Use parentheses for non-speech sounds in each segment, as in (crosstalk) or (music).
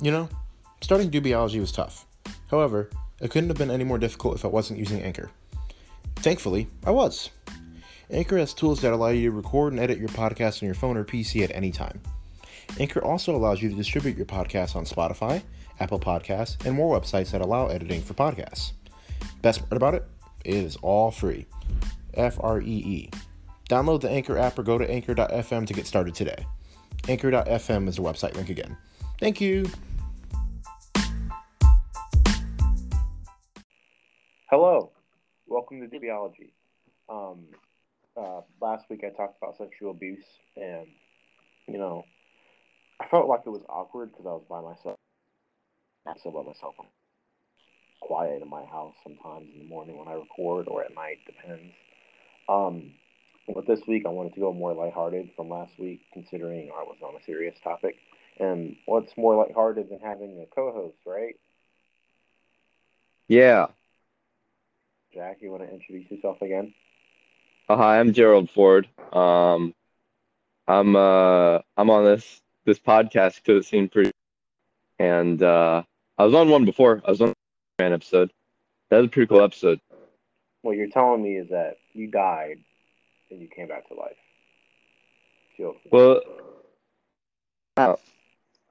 You know, starting Dubiology was tough. However, it couldn't have been any more difficult if I wasn't using Anchor. Thankfully, I was. Anchor has tools that allow you to record and edit your podcast on your phone or PC at any time. Anchor also allows you to distribute your podcast on Spotify, Apple Podcasts, and more websites that allow editing for podcasts. Best part about it, it is all free. F R E E. Download the Anchor app or go to anchor.fm to get started today. Anchor.fm is the website link again. Thank you. Hello, welcome to Debiology. Um, uh, last week I talked about sexual abuse, and you know, I felt like it was awkward because I was by myself. I'm still by myself. I'm quiet in my house sometimes in the morning when I record, or at night, depends. Um, but this week I wanted to go more lighthearted from last week, considering I was on a serious topic. And what's more lighthearted than having a co-host, right? Yeah. Jack, you want to introduce yourself again? Uh, hi, I'm Gerald Ford. Um, I'm uh, I'm on this this podcast because it seemed pretty, and uh, I was on one before. I was on man episode. That was a pretty cool episode. What you're telling me is that you died and you came back to life. Shield. Well, ow.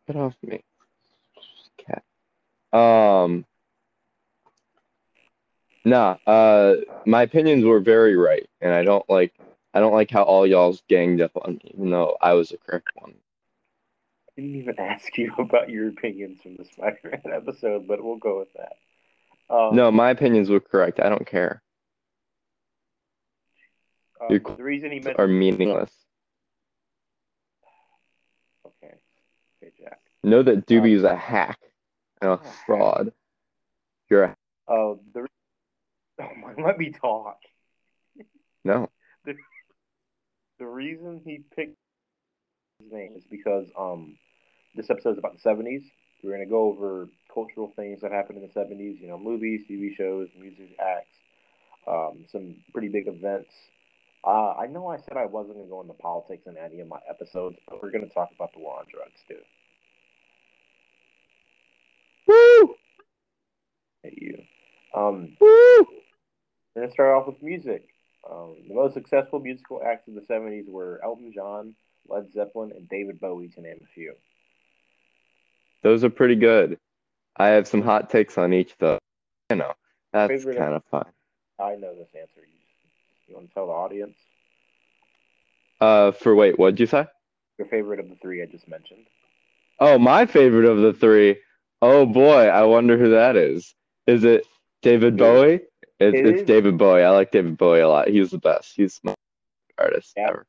get off me, cat. Um, nah. Uh, my opinions were very right, and I don't like I don't like how all y'all's ganged up on me, even though I was the correct one. I didn't even (laughs) ask you about your opinions from the Spider-Man (laughs) episode, but we'll go with that. Um, No, my opinions were correct. I don't care. um, you're- the reason he mentioned Are meaningless. okay, okay, Jack. Know that Doobie is a hack and a fraud. You're a Oh, (laughs) the re- oh my, let me talk. no. The reason he picked his name is because um, this episode is about the '70s. We're gonna go over cultural things that happened in the '70s. You know, movies, TV shows, music, acts, um, some pretty big events. Uh, I know I said I wasn't gonna go into politics in any of my episodes, but we're gonna talk about the war on drugs too. Woo! At you. Um, Woo! We're going to start off with music. Um, the most successful musical acts of the 70s were Elton John, Led Zeppelin, and David Bowie, to name a few. Those are pretty good. I have some hot takes on each though. You know, that's Favorite- kind of fun. I know this answer. You, you want to tell the audience Uh, for wait, what'd you say? your favorite of the three I just mentioned? Oh, my favorite of the three. Oh boy, I wonder who that is. Is it David Bowie? It's It it's is. David Bowie. I like David Bowie a lot. He's the best. He's my artist Yeah. ever.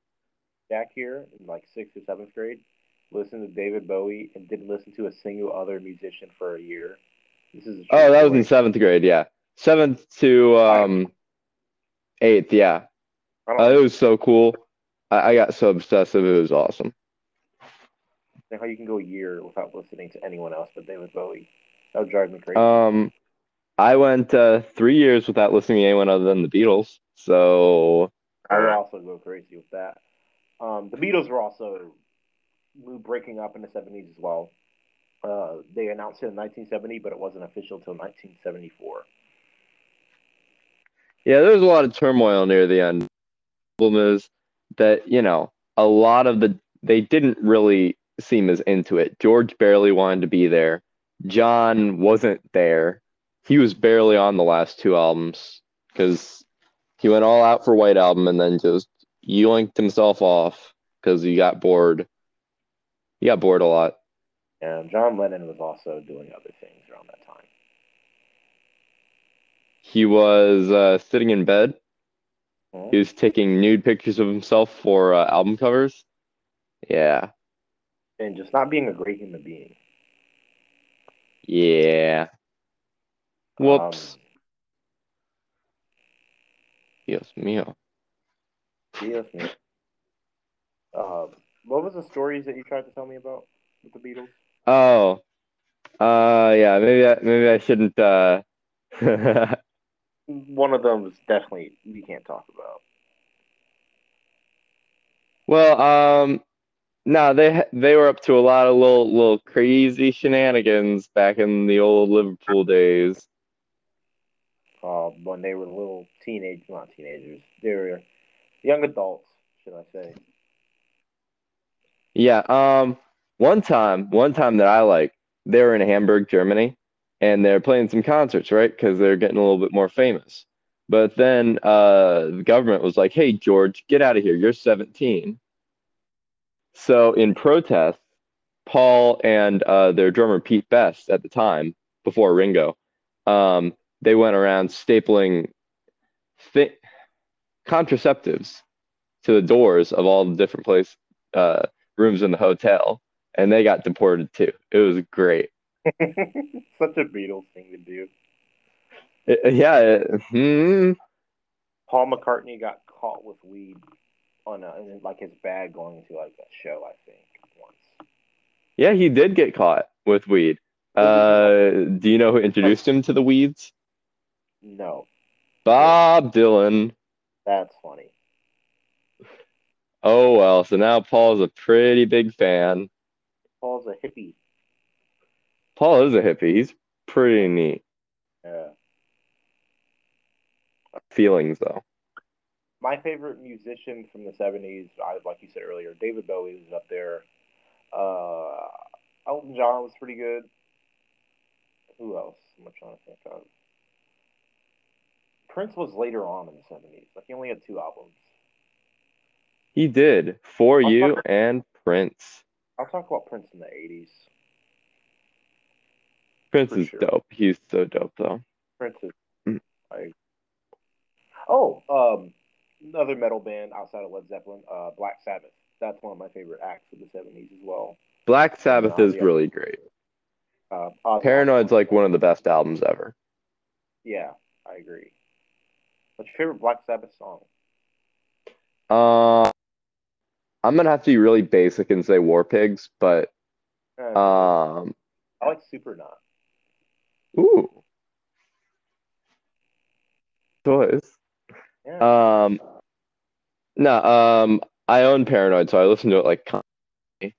Back here in like sixth or seventh grade, listened to David Bowie and didn't listen to a single other musician for a year. This is a Oh, that was in true seventh grade. Yeah, seventh to um eighth. Yeah, story. I Uh, don't it was so cool. I, I got so obsessive. It was awesome. know how you can go a year without listening to anyone else but David Bowie. That would drive me crazy. Um, I went uh, three years without listening to anyone other than the Beatles. So I would also go crazy with that. Um, the Beatles were also breaking up in the 70s as well. Uh, they announced it in 1970, but it wasn't official till 1974. yeah, there was a lot of turmoil near the end. Problem is that you know a lot of the they didn't really seem as into it. George barely wanted to be there. John wasn't there. He was barely on the last two albums because he went all out for White Album and then just yoinked himself off because he got bored. He got bored a lot. And John Lennon was also doing other things around that time. He was uh, sitting in bed. Hmm. He was taking nude pictures of himself for uh, album covers. Yeah, And just not being a great human being. yeah. Whoops. Um, Dios mío. Dios mío. Uh, what was the stories that you tried to tell me about with the Beatles? Oh, uh, yeah. Maybe I, maybe I shouldn't. Uh... (laughs) One of them was definitely we can't talk about. well, um, No, they they were up to a lot of little little crazy shenanigans back in the old Liverpool days. uh, when they were little teenage, not teenagers, they were young adults, should I say? Yeah. Um. One time, one time that I like, they were in Hamburg, Germany, and they're playing some concerts, right? Because they're getting a little bit more famous. But then uh, the government was like, "Hey, George, get out of here. You're 17." So in protest, Paul and uh, their drummer Pete Best at the time, before Ringo, um, they went around stapling thi- contraceptives to the doors of all the different places. Uh, rooms in the hotel and they got deported too. It was great. (laughs) Such a Beatles thing to do. It- Uh, yeah. It, hmm. Paul McCartney got caught with weed on a, in, like his bag going to like a show, I think, once. Yeah, he did get caught with weed. Uh, do you know who introduced him to the weeds? No, Bob Dylan. that's funny. Oh, well. So now Paul's a pretty big fan. Paul's a hippie. Paul is a hippie. He's pretty neat. Yeah. Feelings, though. My favorite musician from the '70s, I, like you said earlier, David Bowie was up there. Uh, Elton John was pretty good. Who else? I'm trying to think of. Prince was later on in the '70s. Like he only had two albums. He did. For I'll You fuck- and Prince. I'll talk about Prince in the '80s. Prince For is sure. dope. He's so dope, though. Prince is. Mm. I- oh, um, another metal band outside of Led Zeppelin, uh, Black Sabbath. That's one of my favorite acts of the '70s as well. Black Sabbath is Yeah. really great. Uh, Ozzy Paranoid's like one of the best albums ever. Yeah, I agree. What's your favorite Black Sabbath song? Uh, I'm gonna have to be really basic and say War Pigs, but Uh, um, I like Supernaut. ooh, toys. Yeah. Um, no, um, I own Paranoid, so I listen to it like constantly.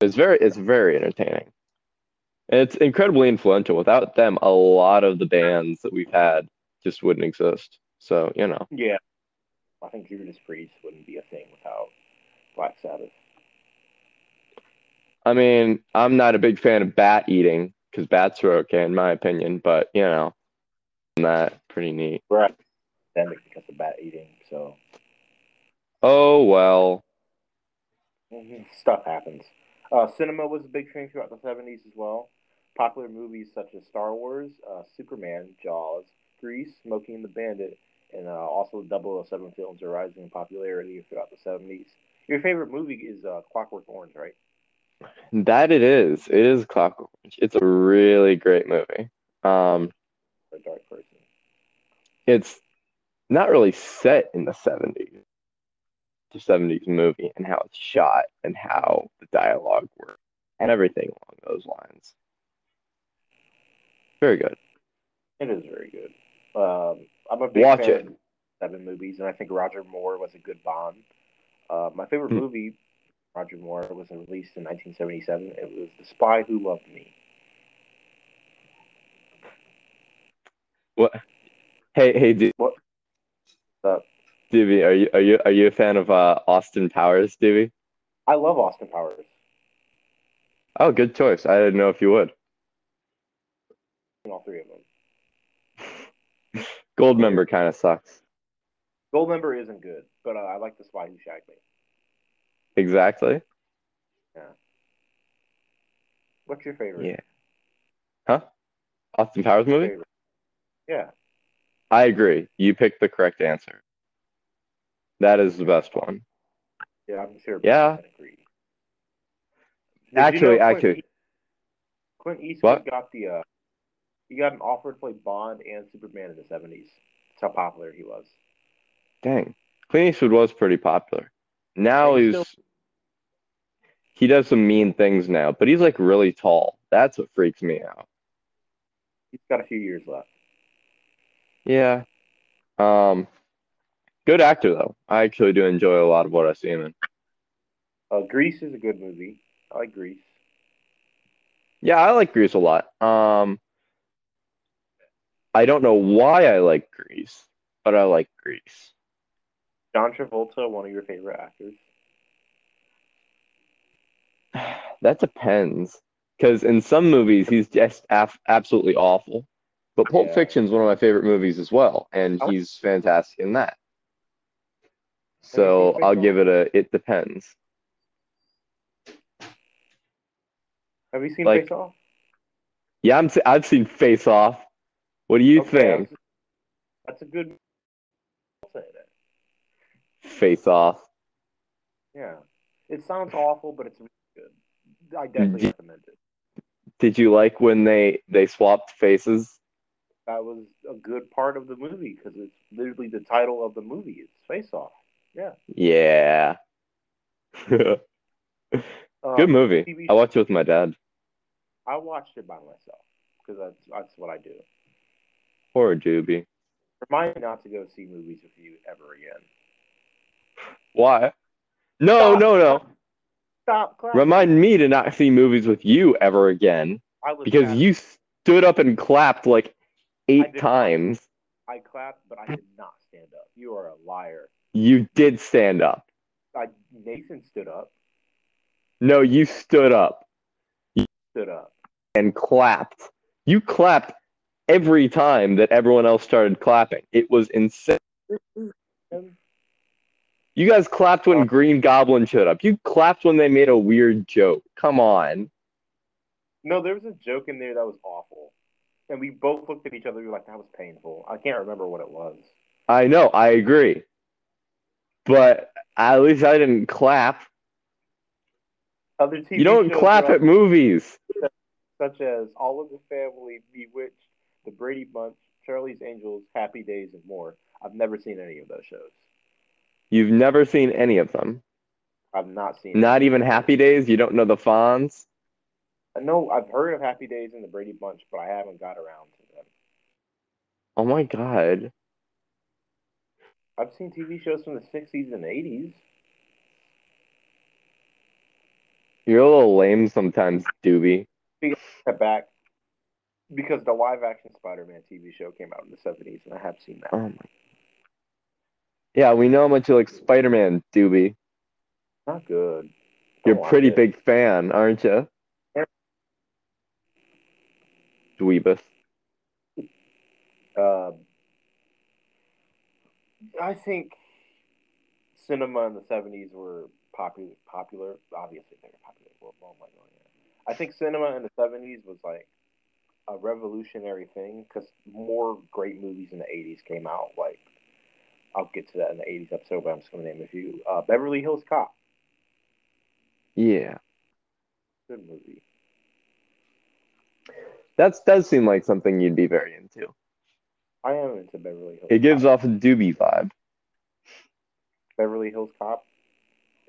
It's very, it's very entertaining. And It's incredibly influential. Without them, a lot of the bands that we've had just wouldn't exist. So you know. yeah. I think Judas Priest wouldn't be a thing without Black Sabbath. I mean, I'm not a big fan of bat eating because bats are okay in my opinion, but you know, that pretty neat. Right. Pandemic because of bat eating, so Oh well, Mm-hmm. stuff happens. Uh, cinema was a big thing throughout the 70s as well. Popular movies such as Star Wars, uh, Superman, Jaws, Grease, Smoking and the Bandit, and uh, also the 007 films are rising in popularity throughout the 70s. Your favorite movie is uh, Clockwork Orange, right? that it is. It is Clockwork. Orange. It's a really great movie. Um, a dark person. it's not really set in the 70s. The 70s movie and how it's shot and how the dialogue works and everything along those lines. Very good. It is very good. Um, I'm a big Watch fan it. of seven movies, and I think Roger Moore was a good Bond. Uh, my favorite Hmm. movie, Roger Moore, was released in 1977. It was The Spy Who Loved Me. Hey, hey, dude. Uh, Divi, are you are you are you a fan of uh, Austin Powers, Divi? I love Austin Powers. Oh, good choice. I didn't know if you would. in All three of them. Gold member kind of sucks. Goldmember isn't good, but uh, I like The Spy Who Shagged Me. Exactly. What's your favorite? Yeah. Huh? Austin Powers movie? Favorite? Yeah. I agree. You picked the correct answer. That is the best one. Yeah, I'm sure. Yeah. people can Agree. Did you know Actually, Clint actually- E- Clint Eastwood What? got the. Uh, he got an offer to play Bond and Superman in the '70s. That's how popular he was. Dang. Clint Eastwood was pretty popular. Now Yeah, he's he's he does some mean things now, but he's like really tall. That's what freaks me out. He's got a few years left. Yeah. Um, good actor though. I actually do enjoy a lot of what I see him in. Uh, Grease is a good movie. I like Grease. Yeah, I like Grease a lot. Um, I don't know why I like Grease, but I like Grease. John Travolta, one of your favorite actors. That depends, because in some movies he's just af- absolutely awful, but Pulp Yeah. Fiction's one of my favorite movies as well, and I like- he's fantastic in that. So Pulp I'll Fiction- give it a. It depends. Have you seen like, Face Off? Yeah, I'm. se- I've seen Face Off. What do you Okay, think? That's a good. I'll say that. Face Off. Yeah, it sounds awful, but it's really good. I definitely Yeah. recommend it. Did you like when they they swapped faces? That was a good part of the movie because it's literally the title of the movie. It's Face Off. Yeah. (laughs) Good Um, movie. TV I watched it with my dad. I watched it by myself because that's that's what I do. Poor Doobie. Remind me not to go see movies with you ever again. Why? No, Stop. no, no. Stop clapping. Remind me to not see movies with you ever again I was because clapping. you stood up and clapped like I eight did. times. I clapped, but I did not stand up. You are a liar. You did stand up. I, Nathan stood up. No, you stood up Stood up. and clapped. You clapped every time that everyone else started clapping. It was insane. You guys clapped when Green Goblin showed up. You clapped when they made a weird joke. Come on. No, there was a joke in there that was awful, and we both looked at each other. We were like, "That was painful." I can't remember what it was. I know, I agree. But at least I didn't clap. Other TV You don't shows clap are- at movies. such as All of the Family, Bewitched, The Brady Bunch, Charlie's Angels, Happy Days, and more. I've never seen any of those shows. You've never seen any of them. I've not seen. Not even Happy Days. You don't know the Fonz. I know I've heard of Happy Days and The Brady Bunch, but I haven't got around to them. Oh my God. I've seen TV shows from the '60s and '80s. You're a little lame sometimes, Doobie. Step uh, back, because the live-action Spider-Man TV show came out in the '70s, and I have seen that. Oh my. Yeah, we know how much you like Spider Man, Doobie. Not good. You're Don't a watch pretty it. big fan, aren't you? Dweebus. Um, I think cinema in the seventies were popular. Popular, obviously they were popular. Well, well, my God, yeah. I think cinema in the seventies was like a revolutionary thing because more great movies in the eighties came out. Like I'll get to that in the eighties episode, but I'm just going to name a few. Uh, Beverly Hills Cop, Yeah. good movie. That does seem like something you'd be very into. I am into Beverly Hills. It gives Cop. off a doobie vibe. Beverly Hills Cop.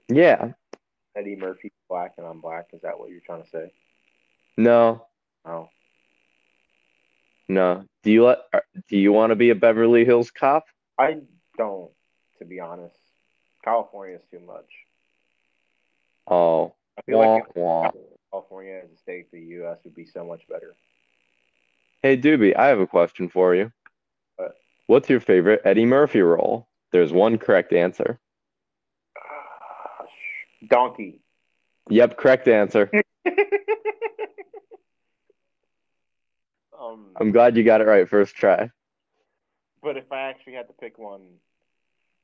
Yeah. Eddie Murphy's black and I'm black. Is that what you're trying to say? No. No. No. Do you let, are- do you want to be a Beverly Hills cop? I don't, to be honest. California is too much. Oh. I feel Wah, like wah. California as a state, the U.S. would be so much better. Hey Doobie, I have a question for you. What? What's your favorite Eddie Murphy role? There's one correct answer. Donkey. Yep, (laughs) correct answer. um, I'm glad you got it right first try. but if I actually had to pick one,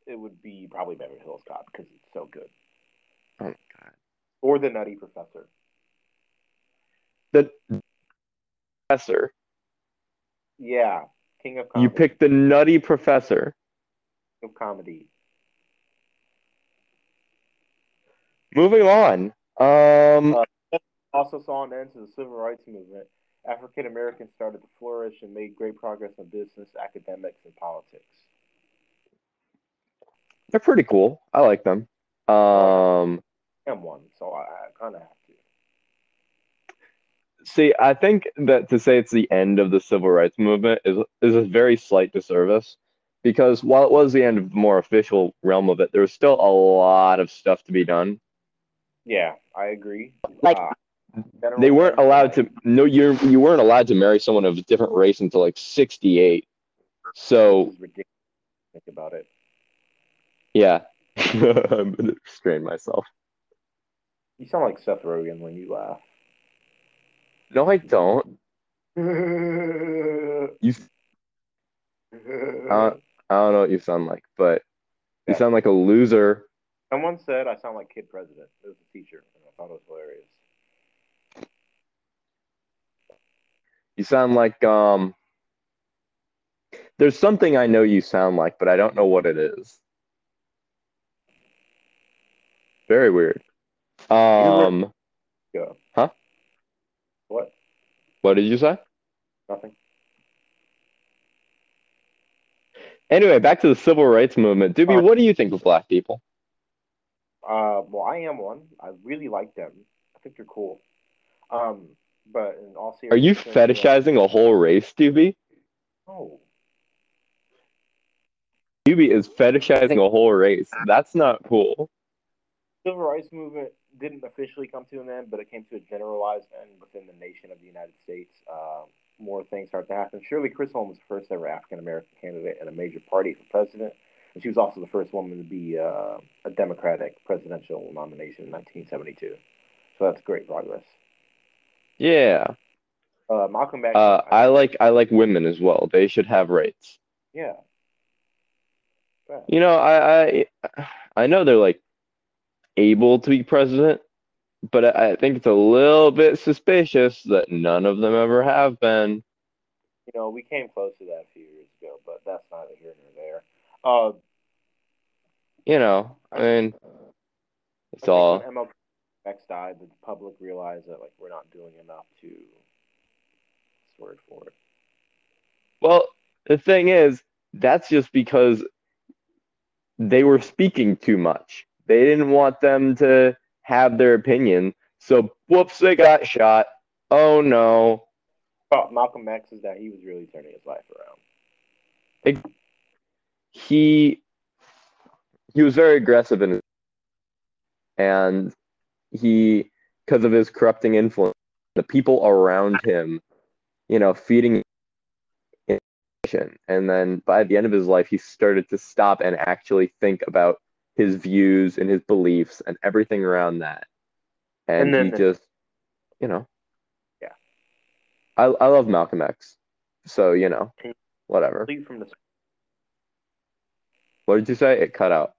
it would be probably Beverly Hills Cop because it's so good. Oh, my God. Or The Nutty Professor. The professor. Yeah, King of Comedy. You picked the nutty professor. King of Comedy. Moving on. Um Uh, also saw an end to the civil rights movement. African Americans started to flourish and made great progress in business, academics, and politics. they're pretty cool. I like them. Um I'm one, so I, I kind of have to. See, I think that to say it's the end of the civil rights movement is is a very slight disservice because while it was the end of the more official realm of it, there was still a lot of stuff to be done. Yeah, I agree. Like- Uh, general- They weren't allowed to. No, you you weren't allowed to marry someone of a different race until like '68. So This is ridiculous. to Think about it. yeah, (laughs) I'm gonna strain myself. You sound like Seth Rogen when you laugh. No, I don't. You Uh, I don't know what you sound like, but you Yeah. sound like a loser. Someone said I sound like Kid President. It was a teacher, and I thought it was hilarious. You sound like um. There's something I know you sound like, but I don't know what it is. Very weird. Um, Yeah. Huh? What? what did you say? Nothing. Anyway, back to the civil rights movement. Doobie, Alright. what do you think of black people? Uh, well, I am one. I really like them. I think they're cool. Um, but in all Are you seriousness, fetishizing a whole race, Doobie? No. Doobie is fetishizing a whole race. That's not cool. Civil rights movement didn't officially come to an end, but it came to a generalized end within the nation of the United States. Uh, more things start to happen. Shirley Chisholm was the first ever African American candidate in a major party for president, and she was also the first woman to be uh, a Democratic presidential nomination in 1972. So that's great progress. Yeah. Uh, Malcolm X. Uh, I like I like women as well. They should have rights. yeah. Yeah. You know, I I I know they're like able to be president, but I, I think it's a little bit suspicious that none of them ever have been. you know, we came close to that a few years ago, but that's neither here nor there. Uh, You know, I mean, it's I all think when MLK X died, the public realized that like we're not doing enough to what's the word for it. Well, the thing is, that's just because they were speaking too much. They didn't want them to have their opinion. So, whoops, they got shot. Oh no. But Malcolm X is that he was really turning his life around. He he was very aggressive in and he because of his corrupting influence, the people around him, you know, feeding information. And then by the end of his life, he started to stop and actually think about his views and his beliefs and everything around that. And, And then- he just, you know, Yeah. I I love Malcolm X, so you know, Can you- whatever. Leave from the What did you say? It cut out.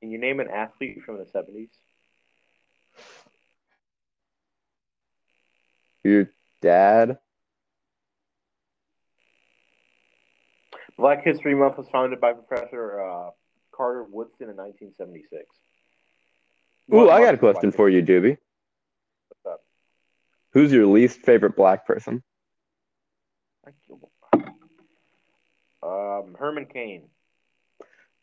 can you name an athlete from the seventies? Your dad? Black History Month was founded by Professor uh, Carter Woodson in nineteen seventy six. Ooh, I got a question for you, Doobie. What's up? Who's your least favorite black person? Um, Herman Cain.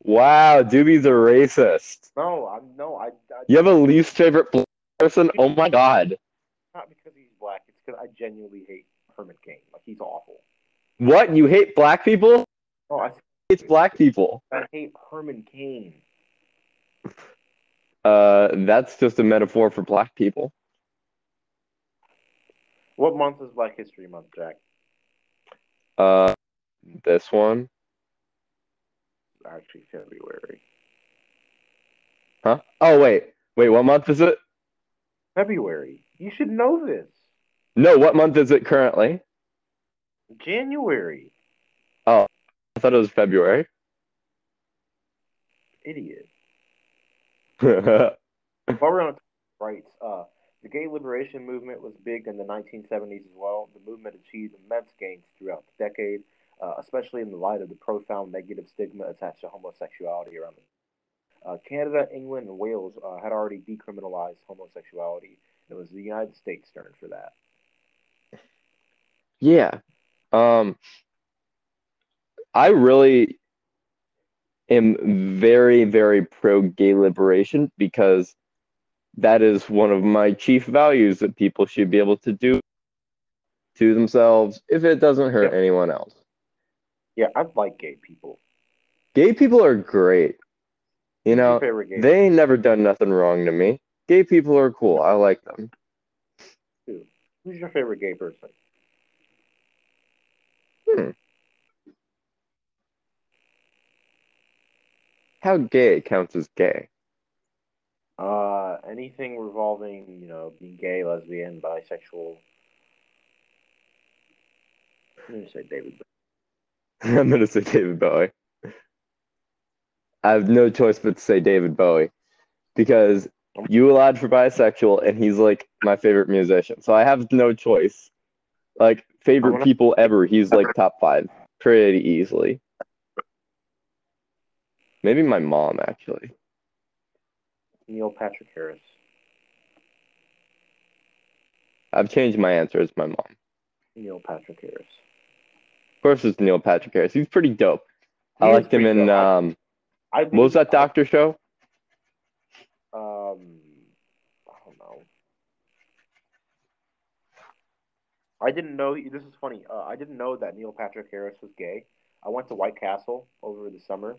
Wow, Doobie's a racist. No, I'm no, I, I You have a least favorite black person? Oh my god. not because he's black. It's because I genuinely hate Herman Cain. Like he's awful. What? You hate black people? No, I, It's black people. I hate Herman Cain. Uh, that's just a metaphor for black people. What month is Black History Month, Jack? Uh, this one. Actually, February. Huh? Oh wait, wait. What month is it? February. You should know this. No, what month is it currently? January. I thought it was February. (laughs) Idiot. yeah, While we're on t- rights, uh, the gay liberation movement was big in the 1970s as well. The movement achieved immense gains throughout the decade, uh, especially in the light of the profound negative stigma attached to homosexuality around the Uh, Canada, England, and Wales uh, had already decriminalized homosexuality. It was the United States' turn for that. um, I really am very, very pro gay liberation because that is one of my chief values that people should be able to do to themselves if it doesn't hurt Yeah. anyone else. Yeah, I like gay people. Gay people are great. You Who's your know, favorite gay they ain't never done nothing wrong to me. Gay people are cool. I like them. Who's your favorite gay person? How gay counts as gay? Uh, anything revolving, you know, being gay, lesbian, bisexual. I'm gonna say David. (laughs) I'm gonna say David Bowie. I have no choice but to say David Bowie because you allowed for bisexual and he's like my favorite musician. So I have no choice. Like favorite wanna- people ever, he's like top five pretty easily. Maybe my mom actually. Neil Patrick Harris. I've changed my answer. It's my mom. Of Neil Patrick Harris. course, it's Neil Patrick Harris. He's pretty dope. I He is liked him pretty in dope. I- um, I what was believe- that doctor show? Um, I don't know. I didn't know. This is funny. Uh, I didn't know that Neil Patrick Harris was gay. I went to White Castle over the summer,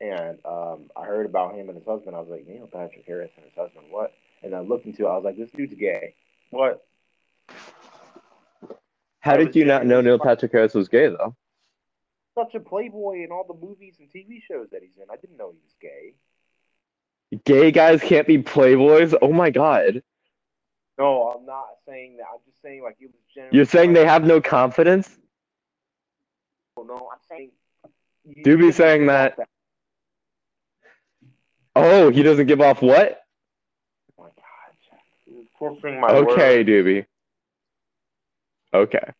and um, I heard about him and his husband. I was like, Neil Patrick Harris and his husband, what? And I looked into it. I was like, this dude's gay. What? How I did was you not genuinely know Neil fucking- Patrick Harris was gay though? Such a playboy in all the movies and TV shows that he's in. I didn't know he was gay. Gay guys can't be playboys. Oh my god! No, I'm not saying that. I'm just saying like he was. Generally You're saying they have no confidence? No, I'm saying. You Do be didn't saying know that. Oh, he doesn't give off what? Oh my god, Jack. You're Cornering my Okay, words. Doobie. Okay.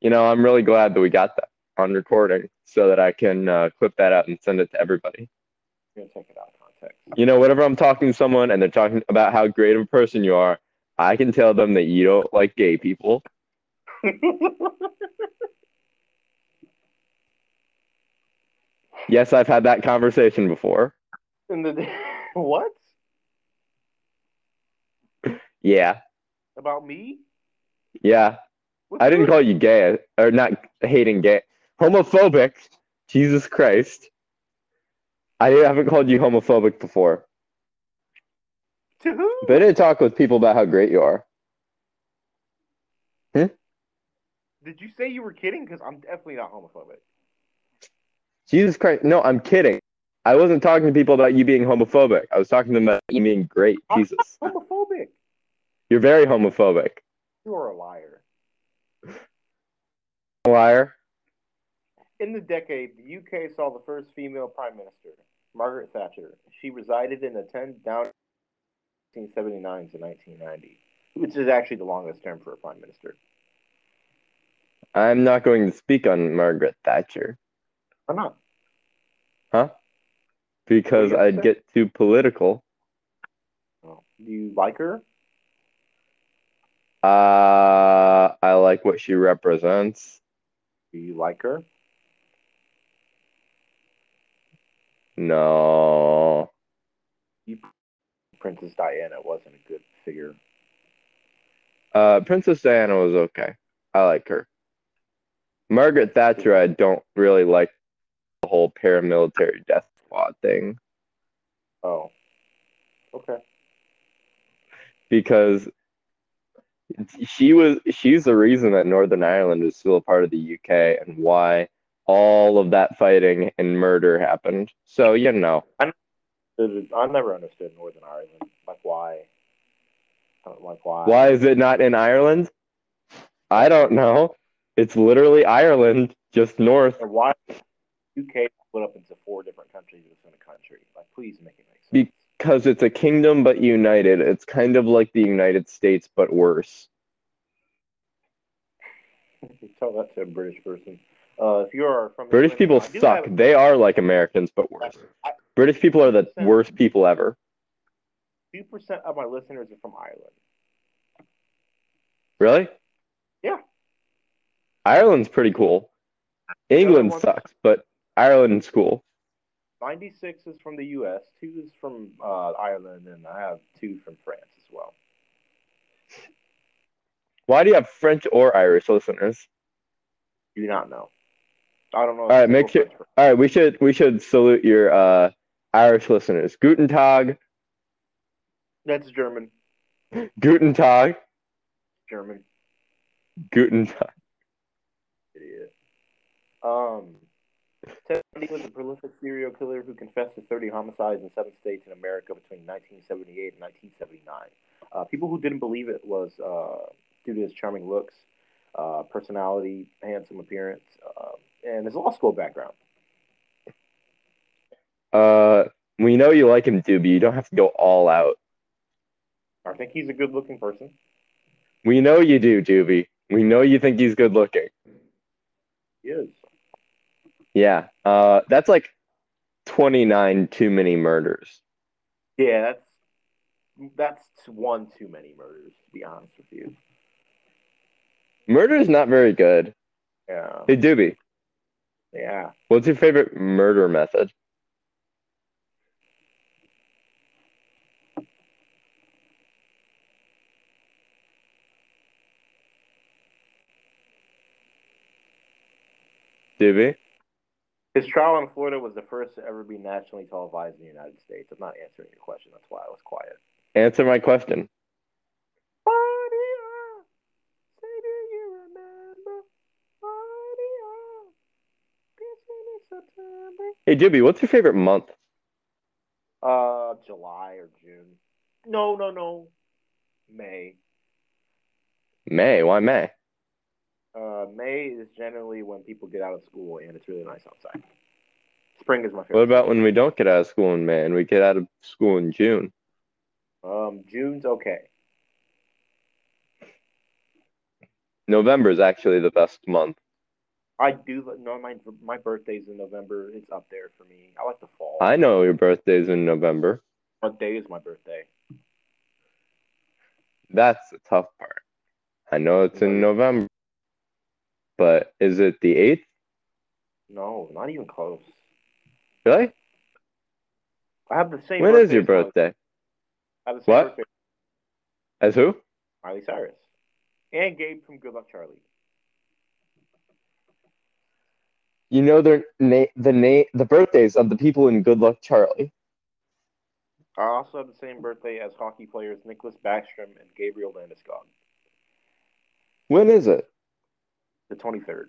You know, I'm really glad that we got that on recording so that I can uh, clip that out and send it to everybody. You're gonna take it out of context. You know, whenever I'm talking to someone and they're talking about how great of a person you are, I can tell them that you don't like gay people. Yes, I've had that conversation before. (laughs) In the what? Yeah, About me? yeah. What I didn't call you gay or not hating gay, homophobic. Jesus Christ. I haven't called you homophobic before. to who? But I did talk with people about how great you are. Did you say you were kidding? Because I'm definitely not homophobic. Jesus Christ. No, I'm kidding. I wasn't talking to people about you being homophobic. I was talking to them about you being great. Jesus. Homophobic. You're very homophobic. You are a liar. Liar. In the decade, the UK saw the first female prime minister, Margaret Thatcher. She resided in the 10 down 1979 to 1990, which is actually the longest term for a prime minister. I'm not going to speak on Margaret Thatcher Why not? because What are you I'd gonna say? get too political. Oh. Do you like her? Uh, I like what she represents. Do you like her? No. Princess Diana wasn't a good figure. Uh, Princess Diana was okay. I like her. Margaret Thatcher, I don't really like the whole paramilitary death squad thing Oh. Okay. because she was she's the reason that Northern Ireland is still a part of the UK and why all of that fighting and murder happened. So you know, I never understood Northern Ireland. Like why? I don't Like why? why is it not in Ireland? I don't know. It's literally Ireland, just north. And why UK split up into four different countries within a country? Like please make it make Be- sense. Because it's a kingdom but united. It's kind of like the United States but worse. (laughs) Tell that to a British person. Uh, if you are from British people England, I do suck. have- They are like Americans but worse. I- British people are the worst people ever. Two percent of my listeners are from Ireland. Really? Yeah. Ireland's pretty cool. England Another one- sucks, but Ireland's cool. Ninety-six is from the U.S. Two is from uh, Ireland, and I have two from France as well. Why do you have French or Irish listeners? Do not know. I don't know. All right, make sure- All right, we should we should salute your uh, Irish listeners. Guten Tag. That's German. Guten Tag. German. Guten Tag. Idiot. Um, Ted Bundy was a prolific serial killer who confessed to 30 homicides in seven states in America between 1978 and 1979. Uh, people who didn't believe it was uh, due to his charming looks, uh, personality, handsome appearance, uh, and his law school background. Uh, we know you like him, Doobie. You don't have to go all out. I think he's a good looking person. We know you do, Doobie. We know you think he's good looking. He is. Yeah. Uh, that's like 29 too many murders. Yeah, that's that's one too many murders, to be honest with you. Murder is not very good. Yeah. Hey, Doobie, Yeah. what's your favorite murder method? Doobie? His trial in Florida was the first to ever be nationally televised in the United States. I'm not answering your question. That's why I was quiet. Answer my question. Maria, say do you remember? Maria, kissing in September. Hey, Doobie, what's your favorite month? Uh, July or June? No, no, no. May. May. Why May? Uh, May is generally when people get out of school and it's really nice outside. Spring is my favorite. What about when we don't get out of school in May and we get out of school in June? um June's okay. November is actually the best month. I do li- no my my birthday's in November. It's up there for me. I like the fall. I know your birthday's in November. What day is my birthday? That's the tough part. I know it's in November, but is it the 8th? No, not even close. Really? I have the same. When is your as Miley- birthday? I have the same What? birthday As who? as Miley Cyrus and Gabe from Good Luck Charlie. You know their na- the na- the birthdays of the people in Good Luck Charlie. I also have the same birthday as hockey players Nicholas Backstrom and Gabriel Landeskog, When is it? the 23rd.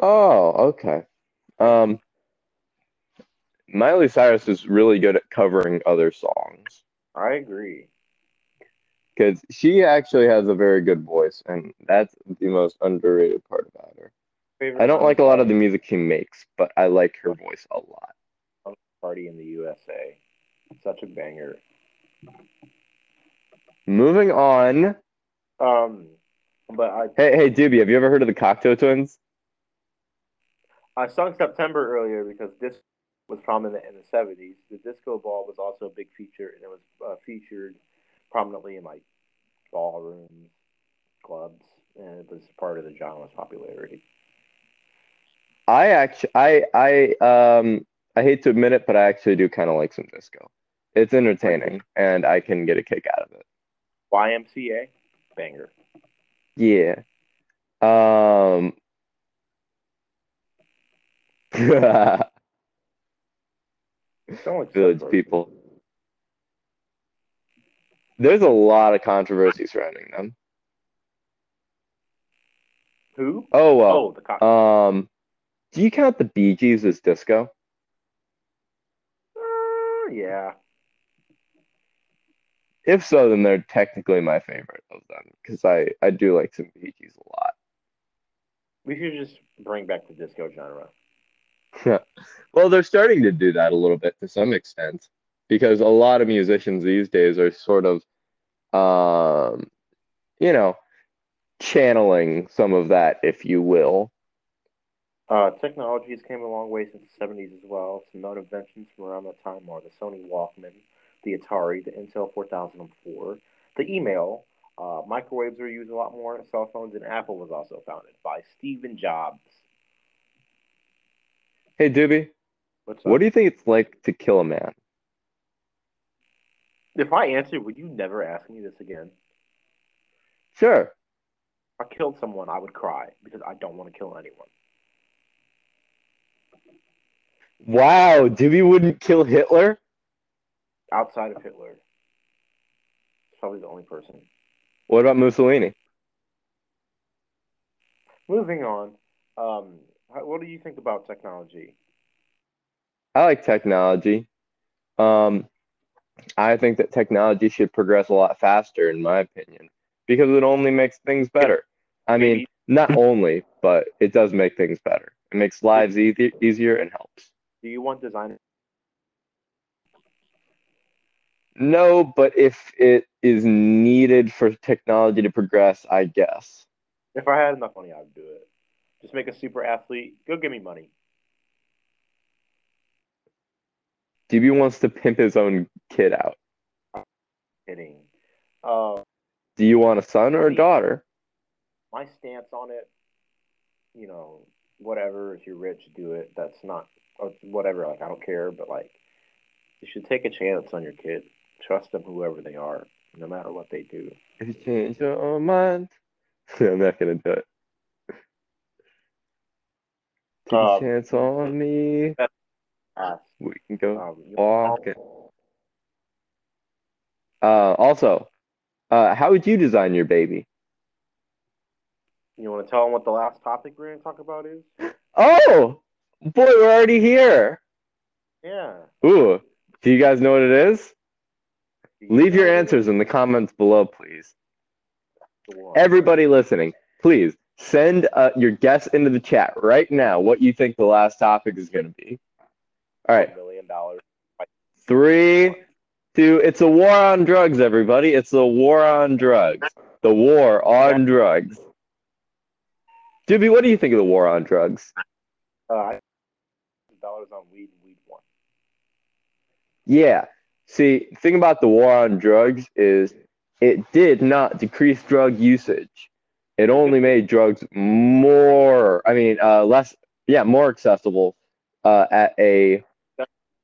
Oh, okay. Um, Miley Cyrus is really good at covering other songs I agree. because she actually has a very good voice, and that's the most underrated part about her. Favorite I don't song like a lot of the is music she makes, but I like her voice a lot. Party in the USA. Such a banger. Moving on. Um, but I Hey, hey, Doobie, have you ever heard of the Cocteau Twins? I sung September earlier because this was prominent in the seventies. The disco ball was also a big feature, and it was uh, featured prominently in like ballrooms, clubs, and it was part of the genre's popularity. I actually, I, I, um, I hate to admit it, but I actually do kind of like some disco. It's entertaining, and I can get a kick out of it. YMCA, banger. Yeah. Um. (laughs) Don't accept Village her. people. There's a lot of controversy surrounding them. Who? Oh well. Oh, the cock. Um, do you count the Bee Gees as disco? Uh, yeah. If so, then they're technically my favorite of them because I, I do like some Bee Gees a We should just bring back the disco genre. lot. Well, they're starting to do that a little bit to some extent because a lot of musicians these days are sort of, um, you know, channeling some of that, if you will. Uh, technology has came a long way since the 70s as well. Some known inventions from around that time are the Sony Walkman, the Atari, the Intel 4004, the email. Uh, microwaves were used a lot more. Cell phones and Apple was also founded by Stephen Jobs. Hey, Doobie, What's what do you think it's like to kill a man? if I answered, would you never ask me this again? Sure. If I killed someone, I would cry because I don't want to kill anyone. Wow, Doobie wouldn't kill Hitler? Outside of Hitler, probably the only person. What about Mussolini? Moving on. Um, how, what do you think about technology? I like technology. Um, I think that technology should progress a lot faster, in my opinion, because it only makes things better. I mean, not only, but it does make things better. It makes lives easy, easier and helps. Do you want design? No, but if it is needed for technology to progress, I guess. If I had enough money, I'd do it. Just make a super athlete. Go give me money. DB wants to pimp his own kid out. Kidding. Uh, Do you want a son or a daughter? my stance on it, you know, whatever. If you're rich, do it. That's not or whatever. Like I don't care, but like you should take a chance on your kid. Trust them, whoever they are, no matter what they do. If you change your own mind, (laughs) I'm not gonna do it. Take a Um, chance on me. Uh, We can go um, you- walk. it. Uh, also, uh, how would you design your baby? You want to tell them what the last topic we're going to talk about is? Oh, boy, we're already here. Yeah. Ooh, do you guys know what it is? Leave your answers in the comments below, please. Everybody listening, please send uh, your guess into the chat right now what you think the last topic is going to be. All right, Million dollars. three, two. It's a war on drugs, everybody. It's a war on drugs. The war on drugs. Doobie, what do you think of the war on drugs? Uh, I- dollars on weed and weed one. Yeah. See, the thing about the war on drugs is it did not decrease drug usage. It only made drugs more, I mean, uh, less, yeah, more accessible uh, at a,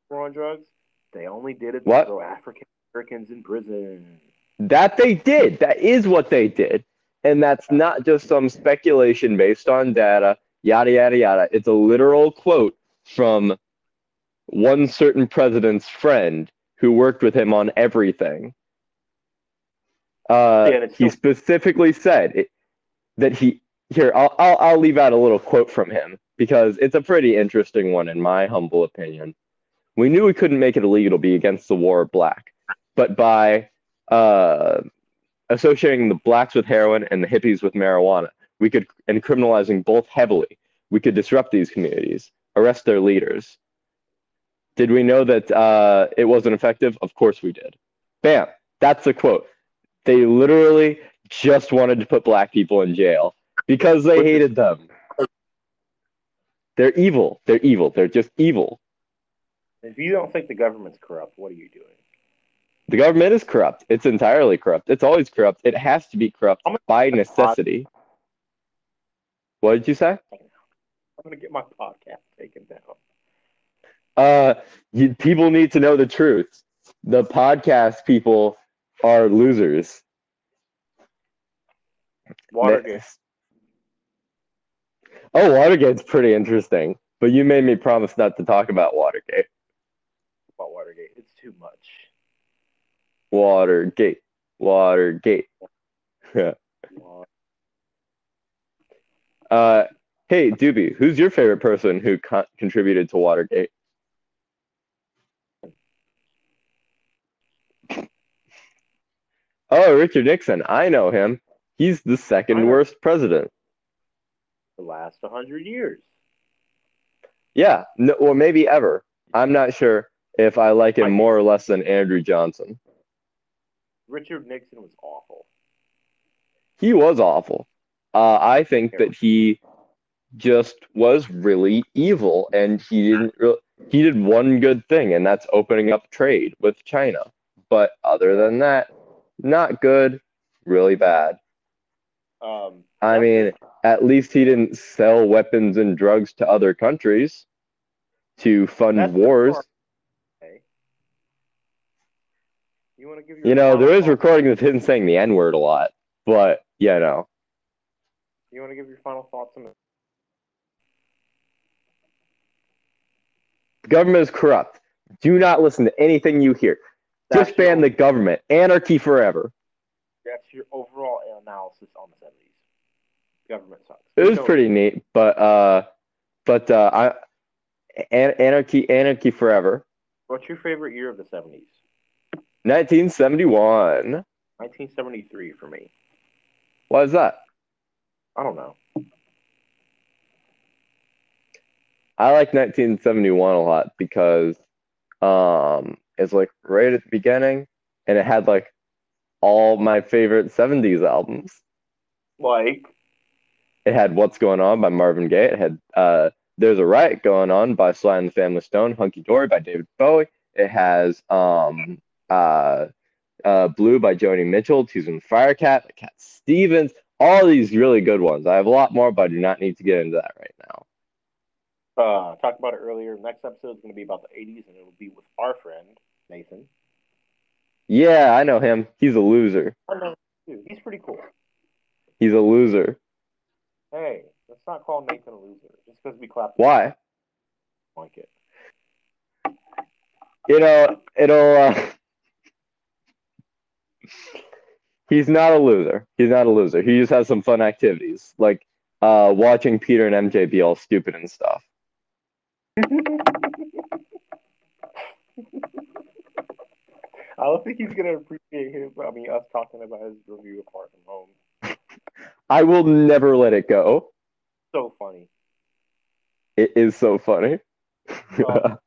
War on drugs. They only did it What? to throw African Americans in prison. that they did. That is what they did. And that's not just some speculation based on data, yada, yada, yada. It's a literal quote from one certain president's friend who worked with him on everything. Uh, yeah, and it's he still specifically said it, that he here I'll, I'll i'll leave out a little quote from him because it's a pretty interesting one in my humble opinion we knew we couldn't make it illegal to be against the war of black but by uh, associating the blacks with heroin and the hippies with marijuana we could and criminalizing both heavily we could disrupt these communities arrest their leaders did we know that uh, it wasn't effective of course we did bam that's the quote they literally just wanted to put black people in jail because they hated them. They're evil. They're evil. They're just evil. If you don't think the government's corrupt, what are you doing? The government is corrupt. It's entirely corrupt. It's always corrupt. It has to be corrupt I'm gonna- by necessity. What did you say? I'm gonna get my podcast taken down. Uh, you, people need to know the truth. The podcast people are losers. (laughs) Watergate. Next. Oh, Watergate's pretty interesting, but you made me promise not to talk about Watergate. About Watergate, it's too much. Watergate, Watergate. Uh, hey, Doobie, who's your favorite person who con- contributed to Watergate? Oh, Richard Nixon. I know him. He's the I second know. worst president. The last 100 years. Yeah, no, or maybe ever. I'm not sure if I like him Like- more or less than Andrew Johnson. Richard Nixon was awful. He was awful. Uh, I think that he just was really evil, and he didn't. Re- he did one good thing, and that's opening up trade with China. But other than that, not good. Really bad. Um, I mean, at least he didn't sell weapons and drugs to other countries to fund That's the wars. part. okay. You want to give your You know, there is final- recording of him saying the N word a lot, but you know, You want to give your final thoughts on it? the government is corrupt. Do not listen to anything you hear. Just ban the government. Anarchy forever. your overall analysis on the 70s. Government sucks. It was So, pretty neat, but uh, but uh, I, an- anarchy, anarchy forever. What's your favorite year of the 70s? 1971. 1973 for me. Why is that? I don't know. I like 1971 a lot because um, it's like right at the beginning, and it had like all my favorite 70s albums. Like, It had What's Going On by Marvin Gaye. It had uh, There's a Riot Going On by Sly and the Family Stone. Hunky Dory by David Bowie. It has um, uh, uh, Blue by Joni Mitchell. Two and Firecat. Cat Stevens. All these really good ones. I have a lot more, but I do not need to get into that right now. uh, talked about it earlier. Next episode is going to be about the 80s, and it will be with our friend, Nathan. Yeah, I know him. He's a loser. I know, too. He's pretty cool. He's a loser. Hey, let's not call Nathan a loser just because we clapped Why? like it. You know, it'll. Uh... He's not a loser. He's not a loser. He just has some fun activities, like uh, watching Peter and MJ be all stupid and stuff. I don't think he's going to appreciate him. I mean, us talking about his review of Far From Home. I will never let it go. So funny. It is so funny. Um,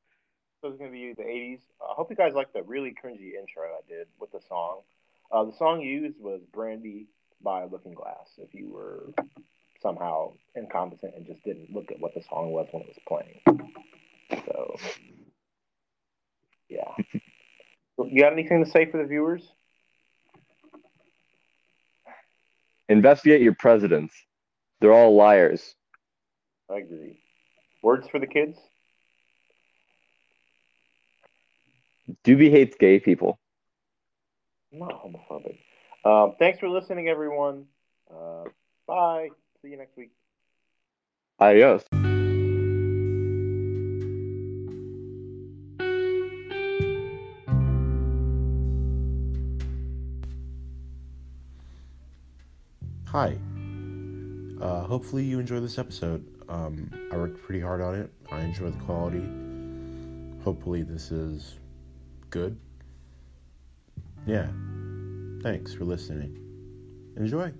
So it's going to be the 80s. I hope you guys like the really cringy intro I did with the song. Uh, the song used was Brandy by Looking Glass, if you were somehow incompetent and just didn't look at what the song was when it was playing. So, yeah. (laughs) you got anything to say for the viewers? (laughs) Investigate your presidents. They're all liars. I agree. Words for the kids? Doobie hates gay people. I'm not homophobic. Um, thanks for listening, everyone. Uh, bye. See you next week. Adios. Hi. Uh, hopefully you enjoy this episode. Um, I worked pretty hard on it. I enjoy the quality. Hopefully this is good. Yeah. Thanks for listening. Enjoy.